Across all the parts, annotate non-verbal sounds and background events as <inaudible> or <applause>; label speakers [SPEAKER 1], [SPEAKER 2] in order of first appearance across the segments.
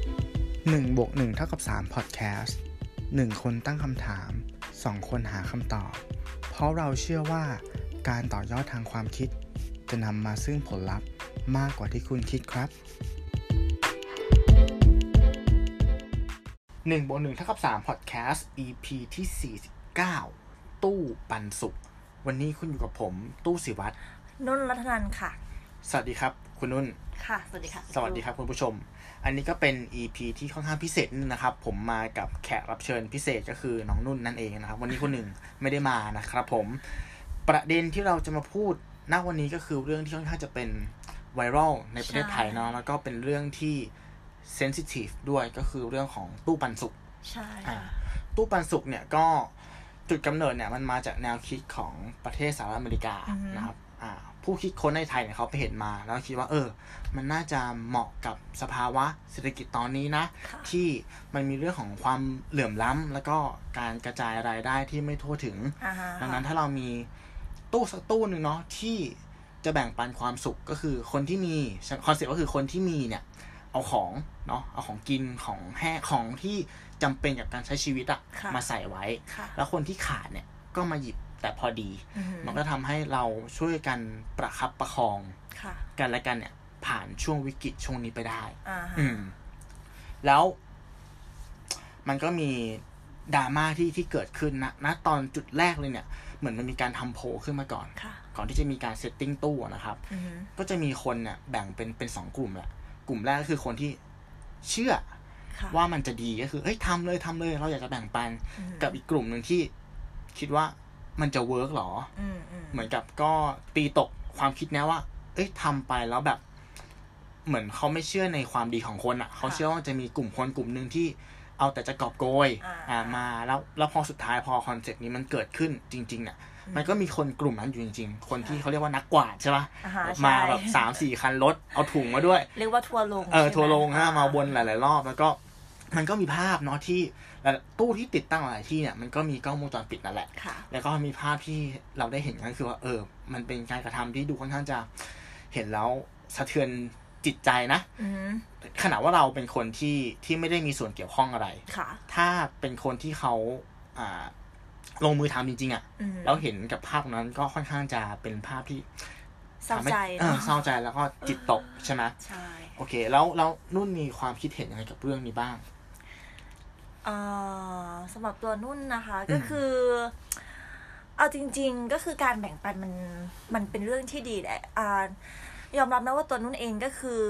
[SPEAKER 1] 1บวก1เท่ากับ3 Podcast 1 คนตั้งคำถาม 2 คนหาคำตอบ เพราะเราเชื่อว่าการต่อยอดทางความคิด จะนำมาซึ่งผลลัพธ์มากกว่าที่คุณคิดครับ1บวก1เท่ากับ3 Podcast EP ที่ 49 ตู้ปันสุข วันนี้คุณอยู่กับผม ตู้สิวัตร
[SPEAKER 2] นุ่นรัตนันค่ะ
[SPEAKER 1] สวัสดีครับ คุณนุ่น
[SPEAKER 2] ค่ะ สวัสดีค่ะ
[SPEAKER 1] สวัสดีครับคุณผู้ชม อันนี้ก็เป็น EP ที่ค่อนข้างพิเศษนิดนึงนะครับ ผมมากับแขกรับเชิญพิเศษก็คือน้องนุ่นนั่นเองนะครับ วันนี้คนหนึ่งไม่ได้มานะครับผม ประเด็นที่เราจะมาพูดณวันนี้ก็คือเรื่องที่ค่อนข้างจะเป็นไวรัลในประเทศไทยเนาะ แล้วก็เป็นเรื่องที่เซนซิทีฟด้วยก็คือเรื่องของตู้ปันสุก
[SPEAKER 2] ใช่
[SPEAKER 1] อ่า
[SPEAKER 2] ค่ะ
[SPEAKER 1] ตู้ปันสุกเนี่ยก็จุดกำเนิดเนี่ยมันมาจากแนวคิดของประเทศสหรัฐอเมริกา
[SPEAKER 2] อือฮึ
[SPEAKER 1] นะครับอ่าผู้คิดค้นในไทยเนี่ยเขาไปเห็นมา แล้วคิดว่าเออ มันน่าจะเหมาะกับสภาวะเศรษฐกิจตอนนี้นะ
[SPEAKER 2] ค่ะ
[SPEAKER 1] ที่มันมีเรื่องของความเหลื่อมล้ำแล้วก็การกระจายรายได้ที่ไม่ทั่วถึง
[SPEAKER 2] อ่าฮะ
[SPEAKER 1] ดังนั้นถ้าเรามีตู้สักตู้หนึ่งเนาะที่จะแบ่งปันความสุขก็คือคนที่มีคอนเซ็ปต์ก็คือคนที่มีเนี่ย เอาของเนาะเอาของกินของแห้งของที่จำเป็นกับการใช้ชีวิตอะ
[SPEAKER 2] ค่ะ
[SPEAKER 1] มาใส่ไว้
[SPEAKER 2] ค่ะ
[SPEAKER 1] แล้วคนที่ขาดเนี่ยก็มาหยิบแต่พอดี
[SPEAKER 2] อือหือ
[SPEAKER 1] มันก็ทำให้เราช่วยกันประคับประคอง
[SPEAKER 2] ค่ะ
[SPEAKER 1] กันและกันเนี่ยผ่านช่วงวิกฤตช่วงนี้ไปได้
[SPEAKER 2] อ่าฮะ
[SPEAKER 1] อืม แล้วมันก็มีดราม่าที่ที่เกิดขึ้นนะณตอนจุดแรกเลยเนี่ย เหมือนมันมีการทำโพลขึ้นมาก่อน
[SPEAKER 2] ค่ะ
[SPEAKER 1] ก่อนที่จะมีการเซตติ้งตู้อะนะครับ
[SPEAKER 2] อือหือ
[SPEAKER 1] ก็จะมีคนเนี่ยแบ่งเป็นเป็นสองกลุ่มแหละ กลุ่มแรกก็คือคนที่เชื่อ
[SPEAKER 2] ค่ะ
[SPEAKER 1] ว่ามันจะดีก็คือ เอ้ยทำเลยทำเลย เราอยากจะแบ่งปัน
[SPEAKER 2] อือหือ
[SPEAKER 1] กับอีกกลุ่มหนึ่งที่คิดว่ามันจะเวิร์กหรอ
[SPEAKER 2] อืมอืม
[SPEAKER 1] เหมือนกับก็ตีตกความคิดนะว่า เอ้ยทำไปแล้วแบบ เหมือนเขาไม่เชื่อในความดีของคนอะ่ะ เขาเชื่อว่าจะมีกลุ่มคนกลุ่มหนึ่งที่เอาแต่จะกอบโกย อ่ามา แล้ว แล้วพอสุดท้ายพอคอนเซ็ปต์นี้มันเกิดขึ้นจริงๆเนี่ย มันก็มีคนกลุ่มนั้นอยู่จริง ๆ คนที่เขาเรียกว่านักกวาดใช่ปะ
[SPEAKER 2] อ่าฮะ
[SPEAKER 1] มา
[SPEAKER 2] ใช่
[SPEAKER 1] แบบสามสี่คันรถ เอาถุงมาด้วย
[SPEAKER 2] เรียกว่าทัวร์ลง
[SPEAKER 1] เออ
[SPEAKER 2] ใช่ไหม
[SPEAKER 1] ทัวร์ลงฮะ
[SPEAKER 2] อ่
[SPEAKER 1] มาวนหลาย ๆ รอบ แล้วก็ มันก็มีภาพเนาะที่และตู้ที่ติดตั้งหลายที่เนี่ยมันก็มีกล้องวงจรปิดนั่นแหละ
[SPEAKER 2] ค่ะ
[SPEAKER 1] แล้วก็มีภาพที่เราได้เห็นก็คือว่าเออ มันเป็นการกระทำที่ดูค่อนข้างจะเห็นแล้วสะเทือนจิตใจนะ
[SPEAKER 2] อือหือ
[SPEAKER 1] ขณะว่าเราเป็นคนที่ที่ไม่ได้มีส่วนเกี่ยวข้องอะไร
[SPEAKER 2] ค่ะ
[SPEAKER 1] ถ้าเป็นคนที่เขาอ่าลงมือทำจริงๆอะ่ะ
[SPEAKER 2] อือหือ
[SPEAKER 1] แล้วเห็นกับภาพนั้นก็ค่อนข้างจะเป็นภาพที่
[SPEAKER 2] เศร้า
[SPEAKER 1] ทำห้
[SPEAKER 2] ใจ
[SPEAKER 1] เออ
[SPEAKER 2] เนาะ
[SPEAKER 1] เศร้าใจแล้วก็จิตตกใช่ไหม
[SPEAKER 2] ใช่
[SPEAKER 1] โอเค แล้วแล้วนุ่นมีความคิดเห็นยังไงกับเรื่องนี้บ้าง
[SPEAKER 2] เอ่อสำหรับตัวนุ่นนะคะ ก็คือ เอาจริง ๆ ก็คือการแบ่งปันมันมันเป็นเรื่องที่ดีแหละอ่ายอมรับนะว่าตัวนุ่นเองก็คือ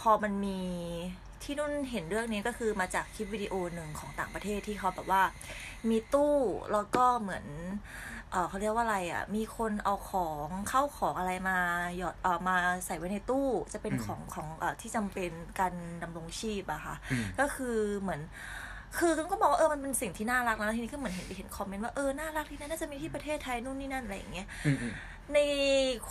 [SPEAKER 2] พอมันมีที่นุ่นเห็นเรื่องนี้ก็คือมาจากคลิปวิดีโอหนึ่งของต่างประเทศที่เขาแบบว่า มีตู้แล้วก็เหมือนเอ่อเขาเรียกว่าอะไรอ่ะ มีคนเอาของเข้าของอะไรมาหยอดเอ่อมาใส่ไว้ในตู้จะเป็น
[SPEAKER 1] อืม
[SPEAKER 2] ของของเอ่อที่จำเป็นการดำรงชีพอะค่ะ
[SPEAKER 1] อืม
[SPEAKER 2] ก็คือเหมือน คือก็บอกว่าเออ มันเป็นสิ่งที่น่ารักนะแล้วทีนี้ก็เหมือนเห็นไปเห็นคอมเมนต์ว่า เออ น่ารักที่นั่นน่าจะมีที่ประเทศไทยนู่นนี่นั่นอะไรอย่างเงี้ย
[SPEAKER 1] อืมอืม
[SPEAKER 2] ใน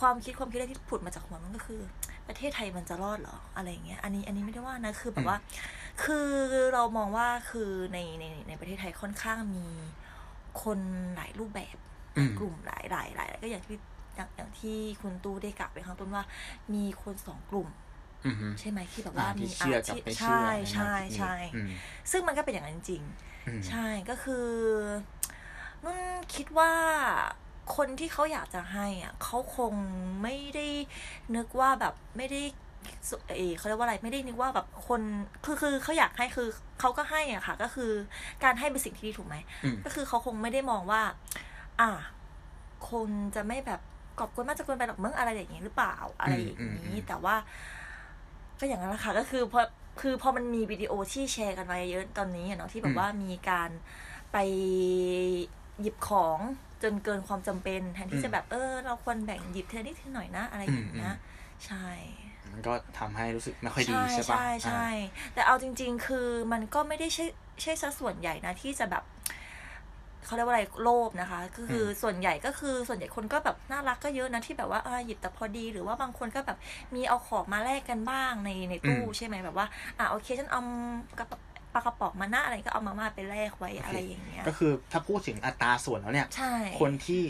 [SPEAKER 2] ความคิดความคิดแรกที่ผุดมาจากหัวมันก็คือ ประเทศไทยมันจะรอดเหรออะไรอย่างเงี้ย อันนี้อันนี้ไม่ได้ว่านะ คือแบบว่า คือเรามองว่าคือในในในประเทศไทยค่อนข้างมีคนหลายรูปแบบ
[SPEAKER 1] อืม
[SPEAKER 2] กลุ่มหลายหลายหลายก็อย่างที่อย่างอย่างที่คุณตู้ได้กล่าวไปข้างต้นว่า มีคนสองกลุ่ม
[SPEAKER 1] อืมอืม
[SPEAKER 2] ใช่ไหมที่แบบ
[SPEAKER 1] อ่า
[SPEAKER 2] ว่า
[SPEAKER 1] ที่
[SPEAKER 2] มี
[SPEAKER 1] เชื่อกับไม่เชื่อ
[SPEAKER 2] ใช่ใช่
[SPEAKER 1] นแนวคิดนี้
[SPEAKER 2] ใช่
[SPEAKER 1] อืม
[SPEAKER 2] ซึ่งมันก็เป็นอย่างนั้นจริง
[SPEAKER 1] อืม
[SPEAKER 2] ใช่ก็คือ นุ่นคิดว่าคนที่เขาอยากจะให้อ่ะเขาคงไม่ได้นึกว่าแบบไม่ได้สุเออเขาเรียกว่าอะไรไม่ได้นึกว่าแบบคนคือคือเขาอยากให้คือเขาก็ให้อ่ะค่ะ ก็คือการให้เป็นสิ่งที่ดีถูกไหม
[SPEAKER 1] อืม
[SPEAKER 2] ก็คือเขาคงไม่ได้มองว่า อ่ะคนจะไม่แบบกอบกวนมากจะกวนไปหรอกเมื่อะไรอย่างนี้หรือเปล่าอะไรอย่าง
[SPEAKER 1] อืมอืม
[SPEAKER 2] นี้
[SPEAKER 1] อืม
[SPEAKER 2] แต่ว่า ก็อย่างนั้นแหละค่ะก็คือพอคือพอมันมีวิดีโอที่แชร์กันมาเยอะตอนนี้อะเนาะที่แบ
[SPEAKER 1] อืม
[SPEAKER 2] บว่ามีการไปหยิบของจนเกินความจำเป็นแทนที่จะแบบเออ เราควรแบ่งหยิบเธอนิดเธอหน่อยนะอะไรอย่างเงี้ยใช่
[SPEAKER 1] มันก็ทำให้รู้สึกไม่ค่อยดี
[SPEAKER 2] ใช่
[SPEAKER 1] ใช่ปะ
[SPEAKER 2] ใช่ใช่
[SPEAKER 1] อ่า
[SPEAKER 2] แต่เอาจริง ๆ คือมันก็ไม่ได้ใช่ใช่ซะส่วนใหญ่นะที่จะแบบเขาเรียกว่าอะไรโลภนะคะ ก็คืออส่วนใหญ่ก็คือส่วนใหญ่คนก็แบบน่ารักก็เยอะนะที่แบบว่าอ่าหยิบแต่พอดีหรือว่าบางคนก็แบบมีเอาของมาแลกกันบ้างในในตู้
[SPEAKER 1] อืม
[SPEAKER 2] ใช่ไหมแบบว่า อ่ะโอเคฉันเอากระป๋องปลากระป๋องมาหน้าอะไรก็เอามาม่าไปแลกไว้อะไรอย่างเงี้ย
[SPEAKER 1] ก็คือถ้าพูดถึงอัตราส่วนแล้วเนี่ย
[SPEAKER 2] ใช่
[SPEAKER 1] คนที่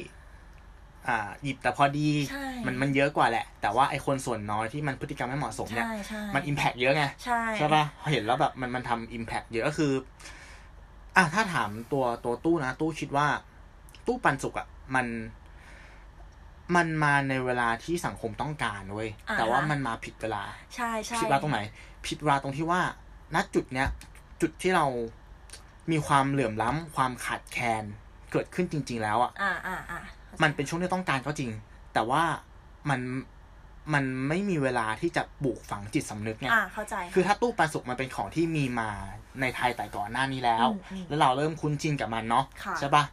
[SPEAKER 1] อ่าหยิบแต่พอดี
[SPEAKER 2] ใช่
[SPEAKER 1] มันมันเยอะกว่าแหละ แต่ว่าไอคนส่วนน้อยที่มันพฤติกรรมไม่เหมาะสมเนี่ย
[SPEAKER 2] ใช่ใช่
[SPEAKER 1] มันอิมแพกเยอะไง
[SPEAKER 2] ใช่
[SPEAKER 1] ใช่ปะเห็นแล้วแบบมันมันทำอิมแพกเยอะก็คือ อ่ะถ้าถามตัวตัวตู้นะ ตู้คิดว่า ตู้ปันสุกอะมัน มันมาในเวลาที่สังคมต้องการเว้ย
[SPEAKER 2] า
[SPEAKER 1] แต่ว่า
[SPEAKER 2] ฮะ
[SPEAKER 1] มันมาผิดเวลา
[SPEAKER 2] ใช่ใช่
[SPEAKER 1] ผิดเวลาตรงไหน ผิดเวลาตรงที่ว่า ณจุดเนี้ย จุดที่เรามีความเหลื่อมล้ำความขาดแคลนเกิดขึ้นจริง ๆ แล้วอะ
[SPEAKER 2] อ่าอ่าอ่า
[SPEAKER 1] มันเป็นช่วงที่ต้องการก็จริง แต่ว่ามันมันไม่มีเวลาที่จะปลูกฝังจิตสำนึกไง
[SPEAKER 2] อ่าเข้าใจ
[SPEAKER 1] คือถ้าตู้ปันสุกมันเป็นของที่มีมาในไทยแต่ก่อนหน้านี้แล้ว
[SPEAKER 2] อืมอืม
[SPEAKER 1] แล้วเราเริ่มคุ้นชินกับมันเนาะ
[SPEAKER 2] ค่ะ
[SPEAKER 1] ใช่ปะ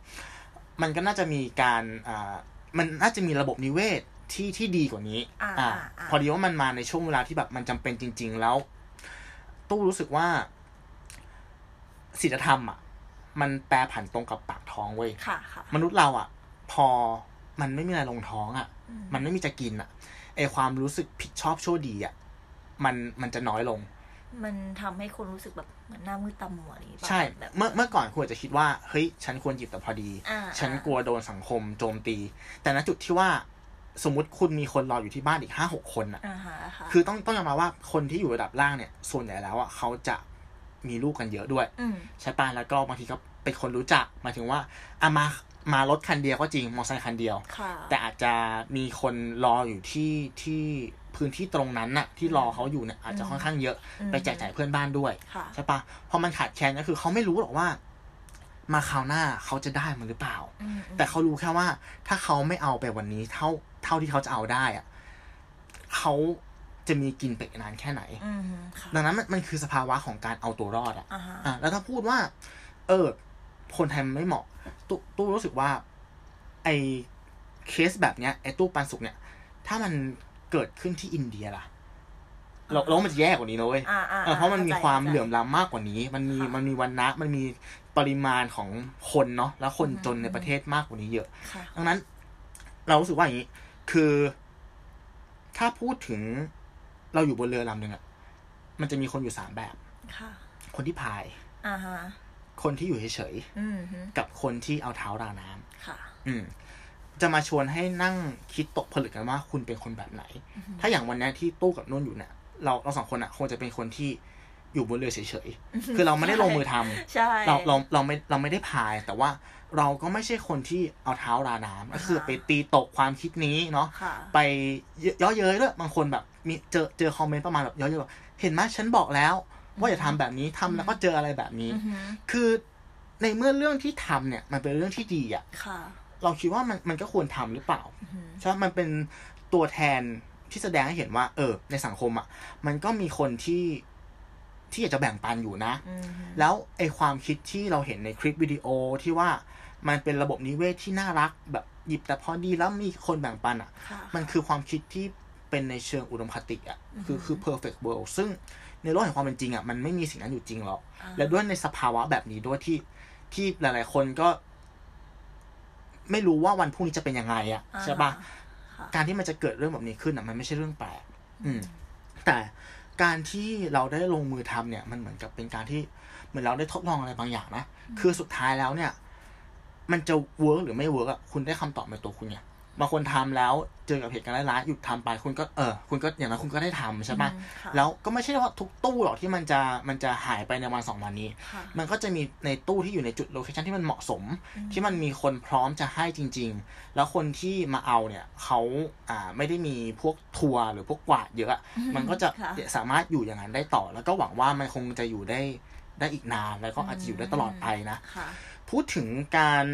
[SPEAKER 1] มันก็น่าจะมีการอ่ามันน่าจะมีระบบนิเวศที่ที่ดีกว่านี้ะ
[SPEAKER 2] อ่าาา
[SPEAKER 1] พอดีว่ามันมาในช่วงเวลาที่แบบมันจำเป็นจริง ๆ แล้ว ตู้รู้สึกว่าศีลธรรมอ่ะ มันแปรผันตรงกับปากท้องเว้ย
[SPEAKER 2] ค่ะค่ะ
[SPEAKER 1] มนุษย์เราอ่ะ พอมันไม่มีอะไรลงท้องอ่ะ
[SPEAKER 2] อื
[SPEAKER 1] มันไม่มีจะกินอ่ะไอความรู้สึกผิดชอบชั่วดีอ่ะมันมันจะน้อยลง
[SPEAKER 2] มันทำให้คนรู้สึกแบบเหมือนหน้ามืดตามัวอะไรอย่างงี้ป่ะ
[SPEAKER 1] ใช่
[SPEAKER 2] แบบ
[SPEAKER 1] เมื่อเมื่อก่อนคุณอาจจะคิดว่า เฮ้ย ฉันควรหยิบแต่พอดี
[SPEAKER 2] อ่า
[SPEAKER 1] ฉันก
[SPEAKER 2] อ่า
[SPEAKER 1] ลัวโดนสังคมโจมตี แต่ณจุดที่ว่า สมมติคุณมีคนรออยู่ที่บ้านอีกห้าหกคนอ่ะ
[SPEAKER 2] อ่าฮะค่ะ
[SPEAKER 1] คือต้องต้องยอมรับว่าคนที่อยู่ระดับล่างเนี่ย ส่วนใหญ่แล้วอ่ะเขาจะมีลูกกันเยอะด้วย
[SPEAKER 2] อืม
[SPEAKER 1] ใช่ป่ะแล้วก็บางทีก็เป็นคนรู้จักหมายถึงว่าอะมามารถคันเดียวก็จริงมอเตอร์ไซค์คันเดียว
[SPEAKER 2] ค่ะ
[SPEAKER 1] แต่อาจจะมีคนรออยู่ที่ที่พื้นที่ตรงนั้นน่ะ ที่รอเขาอยู่เนี่ยอาจจะค่อนข้างเยอะ
[SPEAKER 2] อืม
[SPEAKER 1] ไปแจกจ่ายเพื่อนบ้านด้วย
[SPEAKER 2] ค่ะ
[SPEAKER 1] ใช่ปะพอมันขาดแคลนก็คือเขาไม่รู้หรอกว่า มาคราวหน้าเขาจะได้มันหรือเปล่า
[SPEAKER 2] อืมอืม
[SPEAKER 1] แต่เขารู้แค่ว่า ถ้าเขาไม่เอาไปวันนี้ เท่าเท่าที่เขาจะเอาได้อะเขาจะมีกินไปนานแค่ไหน
[SPEAKER 2] อืมค่ะ
[SPEAKER 1] ดังนั้นมันมันคือสภาวะของการเอาตัวรอดอะ
[SPEAKER 2] อ่าฮะ
[SPEAKER 1] อ่ะแล้วถ้าพูดว่า เออ คนไทยมันไม่เหมาะตตู้รู้สึกว่า ไอเคสแบบเนี้ยไอตู้ปันสุกเนี่ย ถ้ามันเกิดขึ้นที่อินเดียล่ะเราเราว่ามันจะแย่กว่านี้นะเว้ย
[SPEAKER 2] อ่าอ่า
[SPEAKER 1] เออเพราะมันมีความเหลื่อม
[SPEAKER 2] ข้ใจ
[SPEAKER 1] ล้ำมากกว่านี้ มันมี
[SPEAKER 2] ค่ะ
[SPEAKER 1] มันมีวันนะมันมีปริมาณของคนเนาะแล้วคน
[SPEAKER 2] อืม
[SPEAKER 1] จนในประเทศมากกว่านี้เยอะ
[SPEAKER 2] ค่ะ
[SPEAKER 1] ดังนั้น เรารู้สึกว่าอย่างนี้ คือ ถ้าพูดถึงเราอยู่บนเรือลำหนึ่งอะมันจะมีคนอยู่สามแบบ
[SPEAKER 2] ค่ะ
[SPEAKER 1] คนที่พาย
[SPEAKER 2] อ่าฮะ
[SPEAKER 1] คนที่อยู่เฉยๆ
[SPEAKER 2] อืมฮึ
[SPEAKER 1] กับคนที่เอาเท้าราน้ำ
[SPEAKER 2] ค่ะ
[SPEAKER 1] อืม จะมาชวนให้นั่งคิดตกผลึกกันว่าคุณเป็นคนแบบไหน
[SPEAKER 2] อือฮึ
[SPEAKER 1] ถ้าอย่างวันเนี้ยที่ตู้กับนุ่นอยู่เนี่ย เราเราสองคนอ่ะ คงจะเป็นคนที่อยู่บนเรือเฉยๆ คือเราไม่ได้ลงมือทำ
[SPEAKER 2] ใช่
[SPEAKER 1] เราเราเราไม่เราไม่ได้พาย แต่ว่าเราก็ไม่ใช่คนที่เอาเท้าราน้ำก็คือไปตีตกความคิดนี้เนาะ
[SPEAKER 2] ค่ะ
[SPEAKER 1] ไปเยเย้อเย้ยด้วยบางคนแบบมีเจอเจอคอมเมนต์ประมาณแบบเย้อเย้ยแบบเห็นไหมฉันบอกแล้ว ว่าอย่าทำแบบนี้ทำแล้วก็เจออะไรแบบนี้
[SPEAKER 2] อือฮึ
[SPEAKER 1] คือในเมื่อเรื่องที่ทำเนี่ย มันเป็นเรื่องที่ดีอะ
[SPEAKER 2] ค่ะ
[SPEAKER 1] เราคิดว่ามันมันก็ควรทำหรือเปล่า
[SPEAKER 2] อือฮึ
[SPEAKER 1] ใช่ไหมมันเป็นตัวแทนที่แสดงให้เห็นว่า เออ ในสังคมอะมันก็มีคนที่ที่อยากจะแบ่งปันอยู่นะ
[SPEAKER 2] อือฮึ
[SPEAKER 1] แล้วไอความคิดที่เราเห็นในคลิปวิดีโอที่ว่ามันเป็นระบบนิเวศที่น่ารักแบบหยิบแต่พอดีแล้วมีคนแบ่งปันอะ
[SPEAKER 2] ค่ะ
[SPEAKER 1] มันคือความคิดที่เป็นในเชิงอุดมคติอะคือคือ perfect world ซึ่งในโลกแห่งความเป็นจริงอะมันไม่มีสิ่งนั้นอยู่จริงหรอก
[SPEAKER 2] อ่า
[SPEAKER 1] และด้วยในสภาวะแบบนี้ด้วยที่ที่หลาย ๆ คนก็ ไม่รู้ว่าวันพรุ่งนี้จะเป็นยังไงอะ
[SPEAKER 2] อ่า
[SPEAKER 1] ใช่ปะ
[SPEAKER 2] ค่ะ
[SPEAKER 1] การที่มันจะเกิดเรื่องแบบนี้ขึ้นอะมันไม่ใช่เรื่องแปลกอืม แต่การที่เราได้ลงมือทำเนี่ย มันเหมือนกับเป็นการที่เหมือนเราได้ทดลองอะไรบางอย่างนะคือสุดท้ายแล้วเนี่ย มันจะเวิร์กหรือไม่เวิร์กอะคุณได้คำตอบในตัวคุณไงบางคนทำแล้วเจอกับเหตุการณ์ร้ายๆหยุดทำไปคุณก็เออคุณก็อย่างนั้นคุณก็ได้ทำใช่ปะ
[SPEAKER 2] อืมค่ะ
[SPEAKER 1] แล้วก็ไม่ใช่ว่าทุกตู้หรอกที่มันจะมันจะหายไปในวันสองวันนี้
[SPEAKER 2] ค่ะ
[SPEAKER 1] มันก็จะมีในตู้ที่อยู่ในจุดโลเคชันที่มันเหมาะสม
[SPEAKER 2] อืม
[SPEAKER 1] ที่มันมีคนพร้อมจะให้จริง ๆ แล้วคนที่มาเอาเนี่ยเขาอ่าไม่ได้มีพวกทัวร์หรือพวกกวาดเยอะอะมันก็จะ
[SPEAKER 2] ค่ะ
[SPEAKER 1] สามารถอยู่อย่างนั้นได้ต่อ แล้วก็หวังว่ามันคงจะอยู่ได้ได้อีกนาน แล้วก็อาจจะอยู่ได้ตลอดไปนะ
[SPEAKER 2] ค่ะ
[SPEAKER 1] พูดถึงการ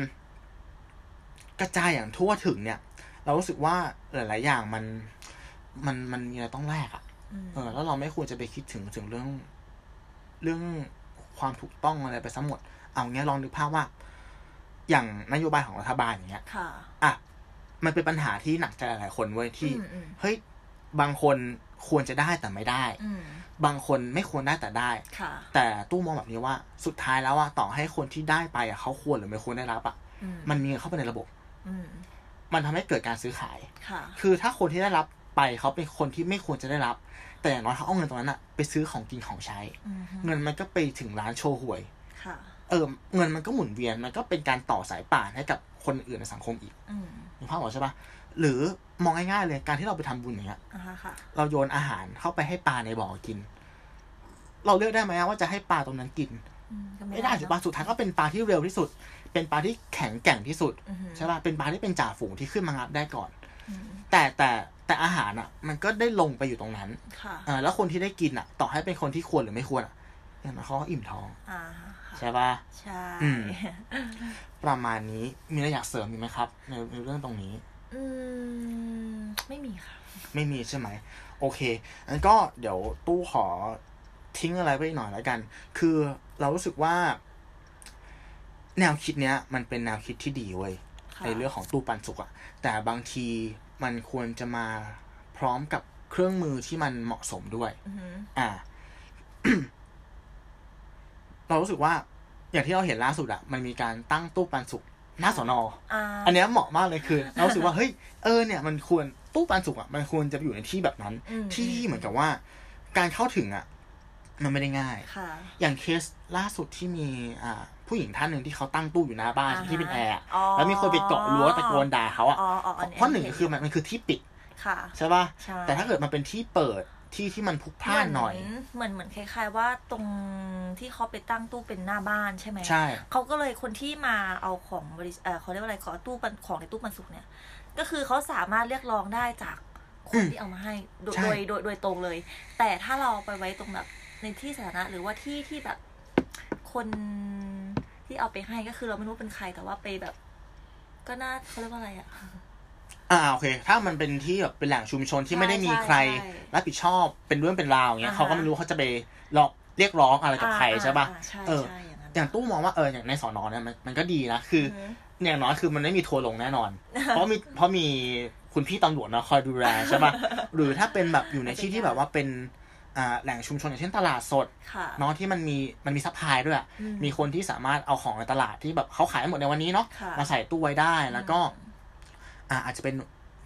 [SPEAKER 1] กระจายอย่างทั่วถึงเนี่ย เรารู้สึกว่าหลาย ๆ อย่างมันมันมันมีอะไรต้องแลกอะ
[SPEAKER 2] อืม
[SPEAKER 1] เออแล้วเราไม่ควรจะไปคิดถึงถึงเรื่อง เรื่องความถูกต้องอะไรไปซะหมด เอาเงี้ยลองนึกภาพว่า อย่างนโยบายของรัฐบาลอย่างเงี้ย
[SPEAKER 2] ค่ะ
[SPEAKER 1] อ่ะมันเป็นปัญหาที่หนักใจหลายๆคนเว้ยที่
[SPEAKER 2] อืมอืม
[SPEAKER 1] เฮ้ยบางคนควรจะได้แต่ไม่ได้
[SPEAKER 2] อืม
[SPEAKER 1] บางคนไม่ควรได้แต่ได้
[SPEAKER 2] ค่ะ
[SPEAKER 1] แต่ตู้มองแบบนี้ว่า สุดท้ายแล้วอะต่อให้คนที่ได้ไปอะเขาควรหรือไม่ควรได้รับอะ
[SPEAKER 2] อื
[SPEAKER 1] มันมีเงินเข้าไปในระบบ
[SPEAKER 2] อืม
[SPEAKER 1] มันทำให้เกิดการซื้อขาย
[SPEAKER 2] ค่ะ
[SPEAKER 1] คือถ้าคนที่ได้รับไปเขาเป็นคนที่ไม่ควรจะได้รับ แต่อย่างน้อยเขาเอาเงินตรงนั้นอะไปซื้อของกินของใช้
[SPEAKER 2] อืมฮึ
[SPEAKER 1] เงินมันก็ไปถึงร้านโชว์หวย
[SPEAKER 2] ค่ะ
[SPEAKER 1] เออเงินมันก็หมุนเวียน มันก็เป็นการต่อสายป่านให้กับ คนอื่นในสังคมอีก
[SPEAKER 2] อืม
[SPEAKER 1] นึกภาพออกใช่ปะหรือมองง่ายๆเลยการที่เราไปทำบุญอย่างเงี้ย
[SPEAKER 2] อ่าฮะค่ะ
[SPEAKER 1] เราโยนอาหารเข้าไปให้ปลาในบ่อกิน เราเลือกได้ไหมว่าจะให้ปลาตรงนั้นกิน
[SPEAKER 2] อืมก็
[SPEAKER 1] ไม่ได้
[SPEAKER 2] เนอะ
[SPEAKER 1] ถูกปะสุดท้ายก็เป็นปลาที่เร็วที่สุด เป็นปลาที่แข็งแกร่งที่สุด
[SPEAKER 2] อือหือ
[SPEAKER 1] ใช่ป่ะ เป็นปลาที่เป็นจ่าฝูงที่ขึ้นมางับได้ก่อน
[SPEAKER 2] อืม
[SPEAKER 1] แต่แต่แต่อาหารอ่ะ มันก็ได้ลงไปอยู่ตรงนั้น
[SPEAKER 2] ค่ะ
[SPEAKER 1] เออแล้วคนที่ได้กินอ่ะ ต่อให้เป็นคนที่ควรหรือไม่ควรอ่ะอย่างน้อยเขาก็อิ่มท้อง
[SPEAKER 2] อ่าฮะค่ะ
[SPEAKER 1] ใช่ป่ะ
[SPEAKER 2] ใช่
[SPEAKER 1] อืม ประมาณนี้มีอะไรอยากเสริมอีกไหมครับในในเรื่องตรงนี้
[SPEAKER 2] อืมไม่มีค่ะ
[SPEAKER 1] ไม่มีใช่ไหม โอเคงั้นก็เดี๋ยวตู้ขอทิ้งอะไรไปอีกหน่อยแล้วกัน คือเรารู้สึกว่า แนวคิดเนี้ย มันเป็นแนวคิดที่ดีเว้ย
[SPEAKER 2] ค่ะ
[SPEAKER 1] ในเรื่องของตู้ปันสุกอะแต่บางทีมันควรจะมาพร้อมกับเครื่องมือที่มันเหมาะสมด้วย
[SPEAKER 2] อือหือ
[SPEAKER 1] อ่า <coughs> เรารู้สึกว่า อย่างที่เราเห็นล่าสุดอะมันมีการตั้งตู้ปันสุกหน้าสอนอ
[SPEAKER 2] อ่า
[SPEAKER 1] อันเนี้ยเหมาะมากเลยคือ เรารู้สึกว่าเฮ้ยเออเนี่ยมันควรตู้ปันสุกอะมันควรจะอยู่ในที่แบบนั้น
[SPEAKER 2] อืม
[SPEAKER 1] ที่เหมือนกับว่า การเข้าถึงอะมันไม่ได้ง่าย
[SPEAKER 2] ค่ะ
[SPEAKER 1] อย่างเคสล่าสุดที่มี อ่า ผู้หญิงท่านหนึ่งที่เขาตั้งตู้อยู่หน้าบ้าน
[SPEAKER 2] อ่าฮะ
[SPEAKER 1] ที่เป็นแอร์อะ
[SPEAKER 2] อ๋อ
[SPEAKER 1] แล้วมีคนไปเกาะรั้วตะโกนด่าเขาอะ
[SPEAKER 2] อ๋ออ๋ออั
[SPEAKER 1] เพราะหนึ่งคือมันมันคือที่ปิด
[SPEAKER 2] ค่ะ
[SPEAKER 1] ใช่ป่ะ
[SPEAKER 2] ใช่
[SPEAKER 1] แต่ถ้าเกิดมันเป็นที่เปิดที่ที่มันพลุกพล่านหน่อย
[SPEAKER 2] เหมือนเหมือนคล้าย ๆ ว่าตรงที่เขาไปตั้งตู้เป็นหน้าบ้านใช่ไหม
[SPEAKER 1] ใช่
[SPEAKER 2] เขาก็เลยคนที่มาเอาของบริเออเขาเรียกว่าอะไรขอตู้ปันของในตู้ปันสุกเนี่ย ก็คือเขาสามารถเรียกร้องได้จากคนที่เอามาให้โดย
[SPEAKER 1] ใช่
[SPEAKER 2] โดยโดยโดยตรงเลย แต่ถ้าเราไปไว้ตรงแบบในที่สาธารณะหรือว่าที่ที่แบบคนที่เอาไปให้ก็คือเราไม่รู้เป็นใครแต่ว่าไปแบบ ก็น่าเขาเรียกว่าอะไรอ่ะ
[SPEAKER 1] อ่าโอเค ถ้ามันเป็นที่แบบเป็นแหล่งชุมชนที่
[SPEAKER 2] ใช่
[SPEAKER 1] ไม่ได้มี
[SPEAKER 2] ใช่
[SPEAKER 1] ใคร
[SPEAKER 2] ใช่
[SPEAKER 1] รับผิดชอบเป็นเรื่องเป็นราวอย่างเงี้ย
[SPEAKER 2] อ่าฮะ
[SPEAKER 1] เขาก็ไม่รู้เขาจะไปหลอกเรียกร้องอะไรกับใคร
[SPEAKER 2] อ่า
[SPEAKER 1] ใช่ป่ะ
[SPEAKER 2] อ่าใช่
[SPEAKER 1] เออ
[SPEAKER 2] ใช่อย่างนั้น
[SPEAKER 1] อย่างตู้มองว่าเอออย่างในสอนอเนี่ยมันมันก็ดีนะคือ
[SPEAKER 2] อือหือ
[SPEAKER 1] อย่างน้อยคือมันไม่มีทัวร์ลงแน่น
[SPEAKER 2] <laughs>
[SPEAKER 1] อน เพราะมีเพราะมีคุณพี่ตำรวจมาคอยดูแลใช่ปะ
[SPEAKER 2] <laughs>
[SPEAKER 1] หรือถ้าเป็นแบบอยู่ในที่ที่แบบว่าเป็นอ่าแหล่งชุมชนอย่างเช่นตลาดสด
[SPEAKER 2] ค่ะ
[SPEAKER 1] เนาะที่มันมีมันมีซัพพลายด้วยอะ
[SPEAKER 2] อืม
[SPEAKER 1] มีคนที่สามารถเอาของในตลาดที่แบบเขาขายหมดในวันนี้เนาะ
[SPEAKER 2] ค่ะ
[SPEAKER 1] มาใส่ตู้ไว้ได้แล้วก็ อ่าอาจจะเป็น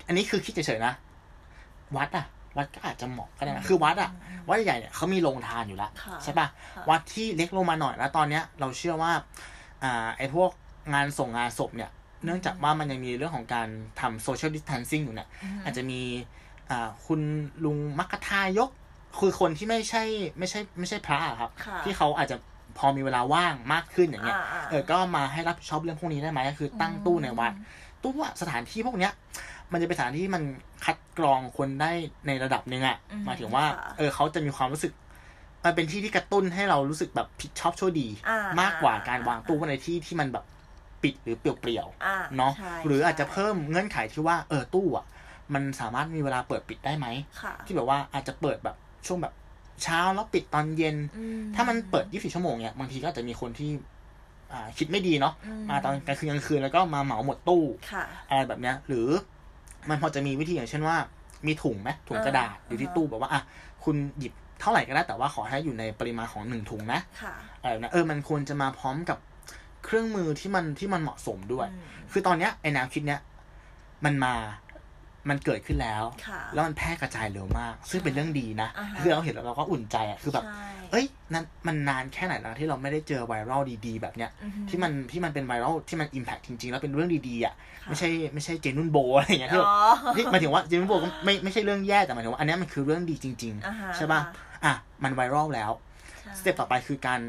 [SPEAKER 1] อันนี้คือคิดเฉยๆนะ วัดอะวัดก็อาจจะเหมาะก็ได้นะคือวัดอะวัดใหญ่ๆเนี่ยเขามีโรงทานอยู่แล้ว
[SPEAKER 2] ค่ะ
[SPEAKER 1] ใช่ปะ
[SPEAKER 2] ค่ะ
[SPEAKER 1] วัดที่เล็กลงมาหน่อยแล้วตอนเนี้ย เราเชื่อว่า อ่าไอ้พวกงานส่งงานศพเนี่ย เนื่องจากว่ามันยังมีเรื่องของการทำโซเชียลดิสทันซิ่งอยู่เนี่ย
[SPEAKER 2] ม
[SPEAKER 1] อาจจะมี อ่าคุณลุงมักกะทายก คือคนที่ไม่ใช่ไม่ใช่ไม่ใช่พระอะครับ
[SPEAKER 2] ค่ะ
[SPEAKER 1] ที่เขาอาจจะพอมีเวลาว่างมากขึ้นอย่างเงี้ย
[SPEAKER 2] าๆ
[SPEAKER 1] เออ ก็มาให้รับผิดชอบเรื่องพวกนี้ได้ไหมก็คือตั้งตู้ในวัด ตู้ว่าสถานที่พวกเนี้ย มันจะเป็นสถานที่มันคัดกรองคนได้ในระดับหนึ่งอะ
[SPEAKER 2] อืม
[SPEAKER 1] หมายถึงว่า
[SPEAKER 2] ค่ะ
[SPEAKER 1] เออเขาจะมีความรู้สึก มันเป็นที่ที่กระตุ้นให้เรารู้สึกแบบผิดชอบชั่วดี
[SPEAKER 2] อ่าม
[SPEAKER 1] มากกว่าการวางตู้ไว้ในที่ที่มันแบบปิดหรือเปลี่ยว
[SPEAKER 2] อ่
[SPEAKER 1] ๆเนาะ
[SPEAKER 2] ใช่
[SPEAKER 1] หรืออาจจะ
[SPEAKER 2] ใช่
[SPEAKER 1] เพิ่มเงื่อนไขที่ว่าเออตู้อะมันสามารถมีเวลาเปิดปิดได้ไหม
[SPEAKER 2] ค่ะ
[SPEAKER 1] ที่แบบว่าอาจจะเปิดแบบช่วงแบบเช้าแล้วปิดตอนเย็น
[SPEAKER 2] อื
[SPEAKER 1] ถ้ามันเปิด 24 ชั่วโมงเนี่ยบางทีก็อาจจะมีคนที่ อ่าคิดไม่ดีเนาะมาตอนกลางคืนกลางคืนแล้วก็มาเหมาหมดตู้
[SPEAKER 2] ค่ะ
[SPEAKER 1] อะไรแบบเนี้ยหรือมันพอจะมีวิธีอย่างเช่นว่า มีถุงไหมถุงกระดาษ
[SPEAKER 2] อ่า
[SPEAKER 1] อยู่ที่ตู้แบบว่าอ่ะคุณหยิบเท่าไหร่ก็ได้แต่ว่าขอให้อยู่ในปริมาณของหนึ่งถุงนะ
[SPEAKER 2] ค่ะ
[SPEAKER 1] อะไรแบบนะเออมันควรจะมาพร้อมกับเครื่องมือที่มันที่มันเหมาะสมด้วย
[SPEAKER 2] อืม
[SPEAKER 1] คือตอนเนี้ยไอ้แนวคิดเนี้ยมันมามันเกิดขึ้นแล้ว
[SPEAKER 2] ค่ะ
[SPEAKER 1] แล้วมันแพร่กระจายเร็วมาก ซึ่งเป็นเรื่องดีนะ
[SPEAKER 2] อ่าฮะ
[SPEAKER 1] คือเราเห็นแล้วเราก็อุ่นใจอ่ะคือแบบ
[SPEAKER 2] ใช่
[SPEAKER 1] เอ้ยนั้นมันนานแค่ไหนแล้วที่เราไม่ได้เจอไวรัลดีๆแบบเนี้ย
[SPEAKER 2] อือหือ
[SPEAKER 1] ที่มันที่มันเป็นไวรัลที่มันอิมแพคจริงๆ แล้วเป็นเรื่องดีๆอ่ะ
[SPEAKER 2] ค่ะ
[SPEAKER 1] ไม่ใช่ไม่ใช่เจนุ่นโบอะไรอย่างเงี้ยที่แบบ
[SPEAKER 2] อ๋อ
[SPEAKER 1] เฮ้ยหมายถึงว่าเจนุ่นโบก็ไม่ไม่ใช่เรื่องแย่แต่หมายถึงว่าอันเนี้ยมันคือเรื่องดีจริง
[SPEAKER 2] อ่าฮะ
[SPEAKER 1] ใช่ป่ะอ่ะมันไวรัลแล้ว
[SPEAKER 2] ใช่
[SPEAKER 1] สเต็ปต่อไปคือการ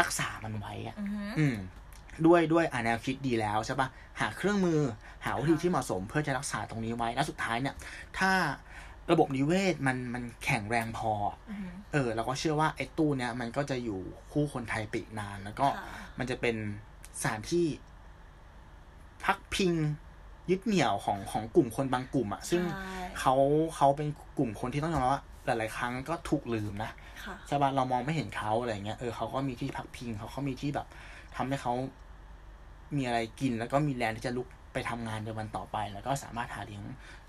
[SPEAKER 1] รักษามันไว้อ่ะ
[SPEAKER 2] อือหือ
[SPEAKER 1] อืมด้วยด้วยอ่ะแนวคิดดีแล้วใช่ป่ะหาเครื่องมือหาวิธี
[SPEAKER 2] ค่ะ
[SPEAKER 1] ที่เหมาะสมเพื่อจะรักษาตรงนี้ไว้แล้วสุดท้ายเนี่ย ถ้าระบบนิเวศมันมันแข็งแรงพอ
[SPEAKER 2] อือหือ
[SPEAKER 1] เออเราก็เชื่อว่าไอ้ตู้เนี้ยมันก็จะอยู่คู่คนไทยไปอีกนานแล้วก็
[SPEAKER 2] ค่ะ
[SPEAKER 1] มันจะเป็นสถานที่พักพิงยึดเหนี่ยวของของกลุ่มคนบางกลุ่มอะซึ่ง
[SPEAKER 2] ใช่
[SPEAKER 1] เขาเขาเป็นกลุ่มคนที่ต้องยอมรับว่าหลาย ๆ ครั้งก็ถูกลืมนะ
[SPEAKER 2] ค่ะ
[SPEAKER 1] ใช่ปะเรามองไม่เห็นเขาอะไรเงี้ยเออเขาก็มีที่พักพิงเขาเขามีที่แบบทำให้เขามีอะไรกิน แล้วก็มีแรงที่จะลุกไปทำงานในวันต่อไป แล้วก็สามารถหาเลี้ยง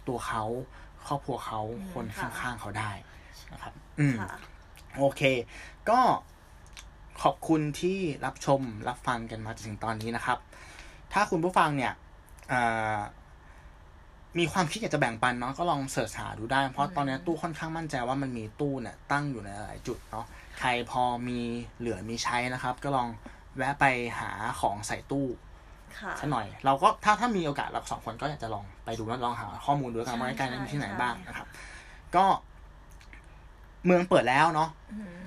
[SPEAKER 1] ตัวเขาครอบครัวเขาคนข้างๆเขาได้นะครับ อืม
[SPEAKER 2] ค่ะ
[SPEAKER 1] โอเค ก็ขอบคุณที่รับชมรับฟังกันมาจนถึงตอนนี้นะครับ ถ้าคุณผู้ฟังเนี่ยเอ่อมีความคิดอยากจะแบ่งปันเนาะก็ลองเสิร์ชหาดูได้ เพราะตอนนี้ตู้ค่อนข้างมั่นใจว่ามันมีตู้เนี่ยตั้งอยู่ในหลายจุดเนาะใครพอมีเหลือมีใช้นะครับ ก็ลองแวะไปหาของใส่ตู้
[SPEAKER 2] ค่ะ
[SPEAKER 1] สักหน่อย เราก็ถ้าถ้ามีโอกาสเราสองคนก็อยากจะลองไปดูแล้วลองหาข้อมูลดูแล้วกันว่าใกล้ๆนั้นมีที่ไหนบ้างนะครับ ก็เมืองเปิดแล้วเนาะ
[SPEAKER 2] อืม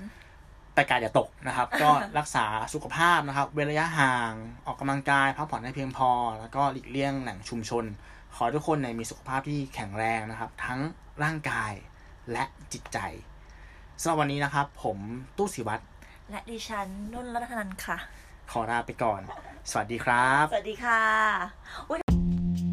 [SPEAKER 1] แต่กาดอย่าตกนะครับ ก็รักษาสุขภาพนะครับ เว้นระยะห่าง ออกกำลังกายพักผ่อนให้เพียงพอ แล้วก็หลีกเลี่ยงแหล่งชุมชน ขอให้ทุกคนในยมีสุขภาพที่แข็งแรงนะครับ ทั้งร่างกายและจิตใจสำหรับวันนี้นะครับ ผมตู้ศิวัตร
[SPEAKER 2] และดิฉันนุ่นรัตนันท์ค่ะ
[SPEAKER 1] ขอลาไปก่อน สวัสดีครับ
[SPEAKER 2] สวัสดีค่ะ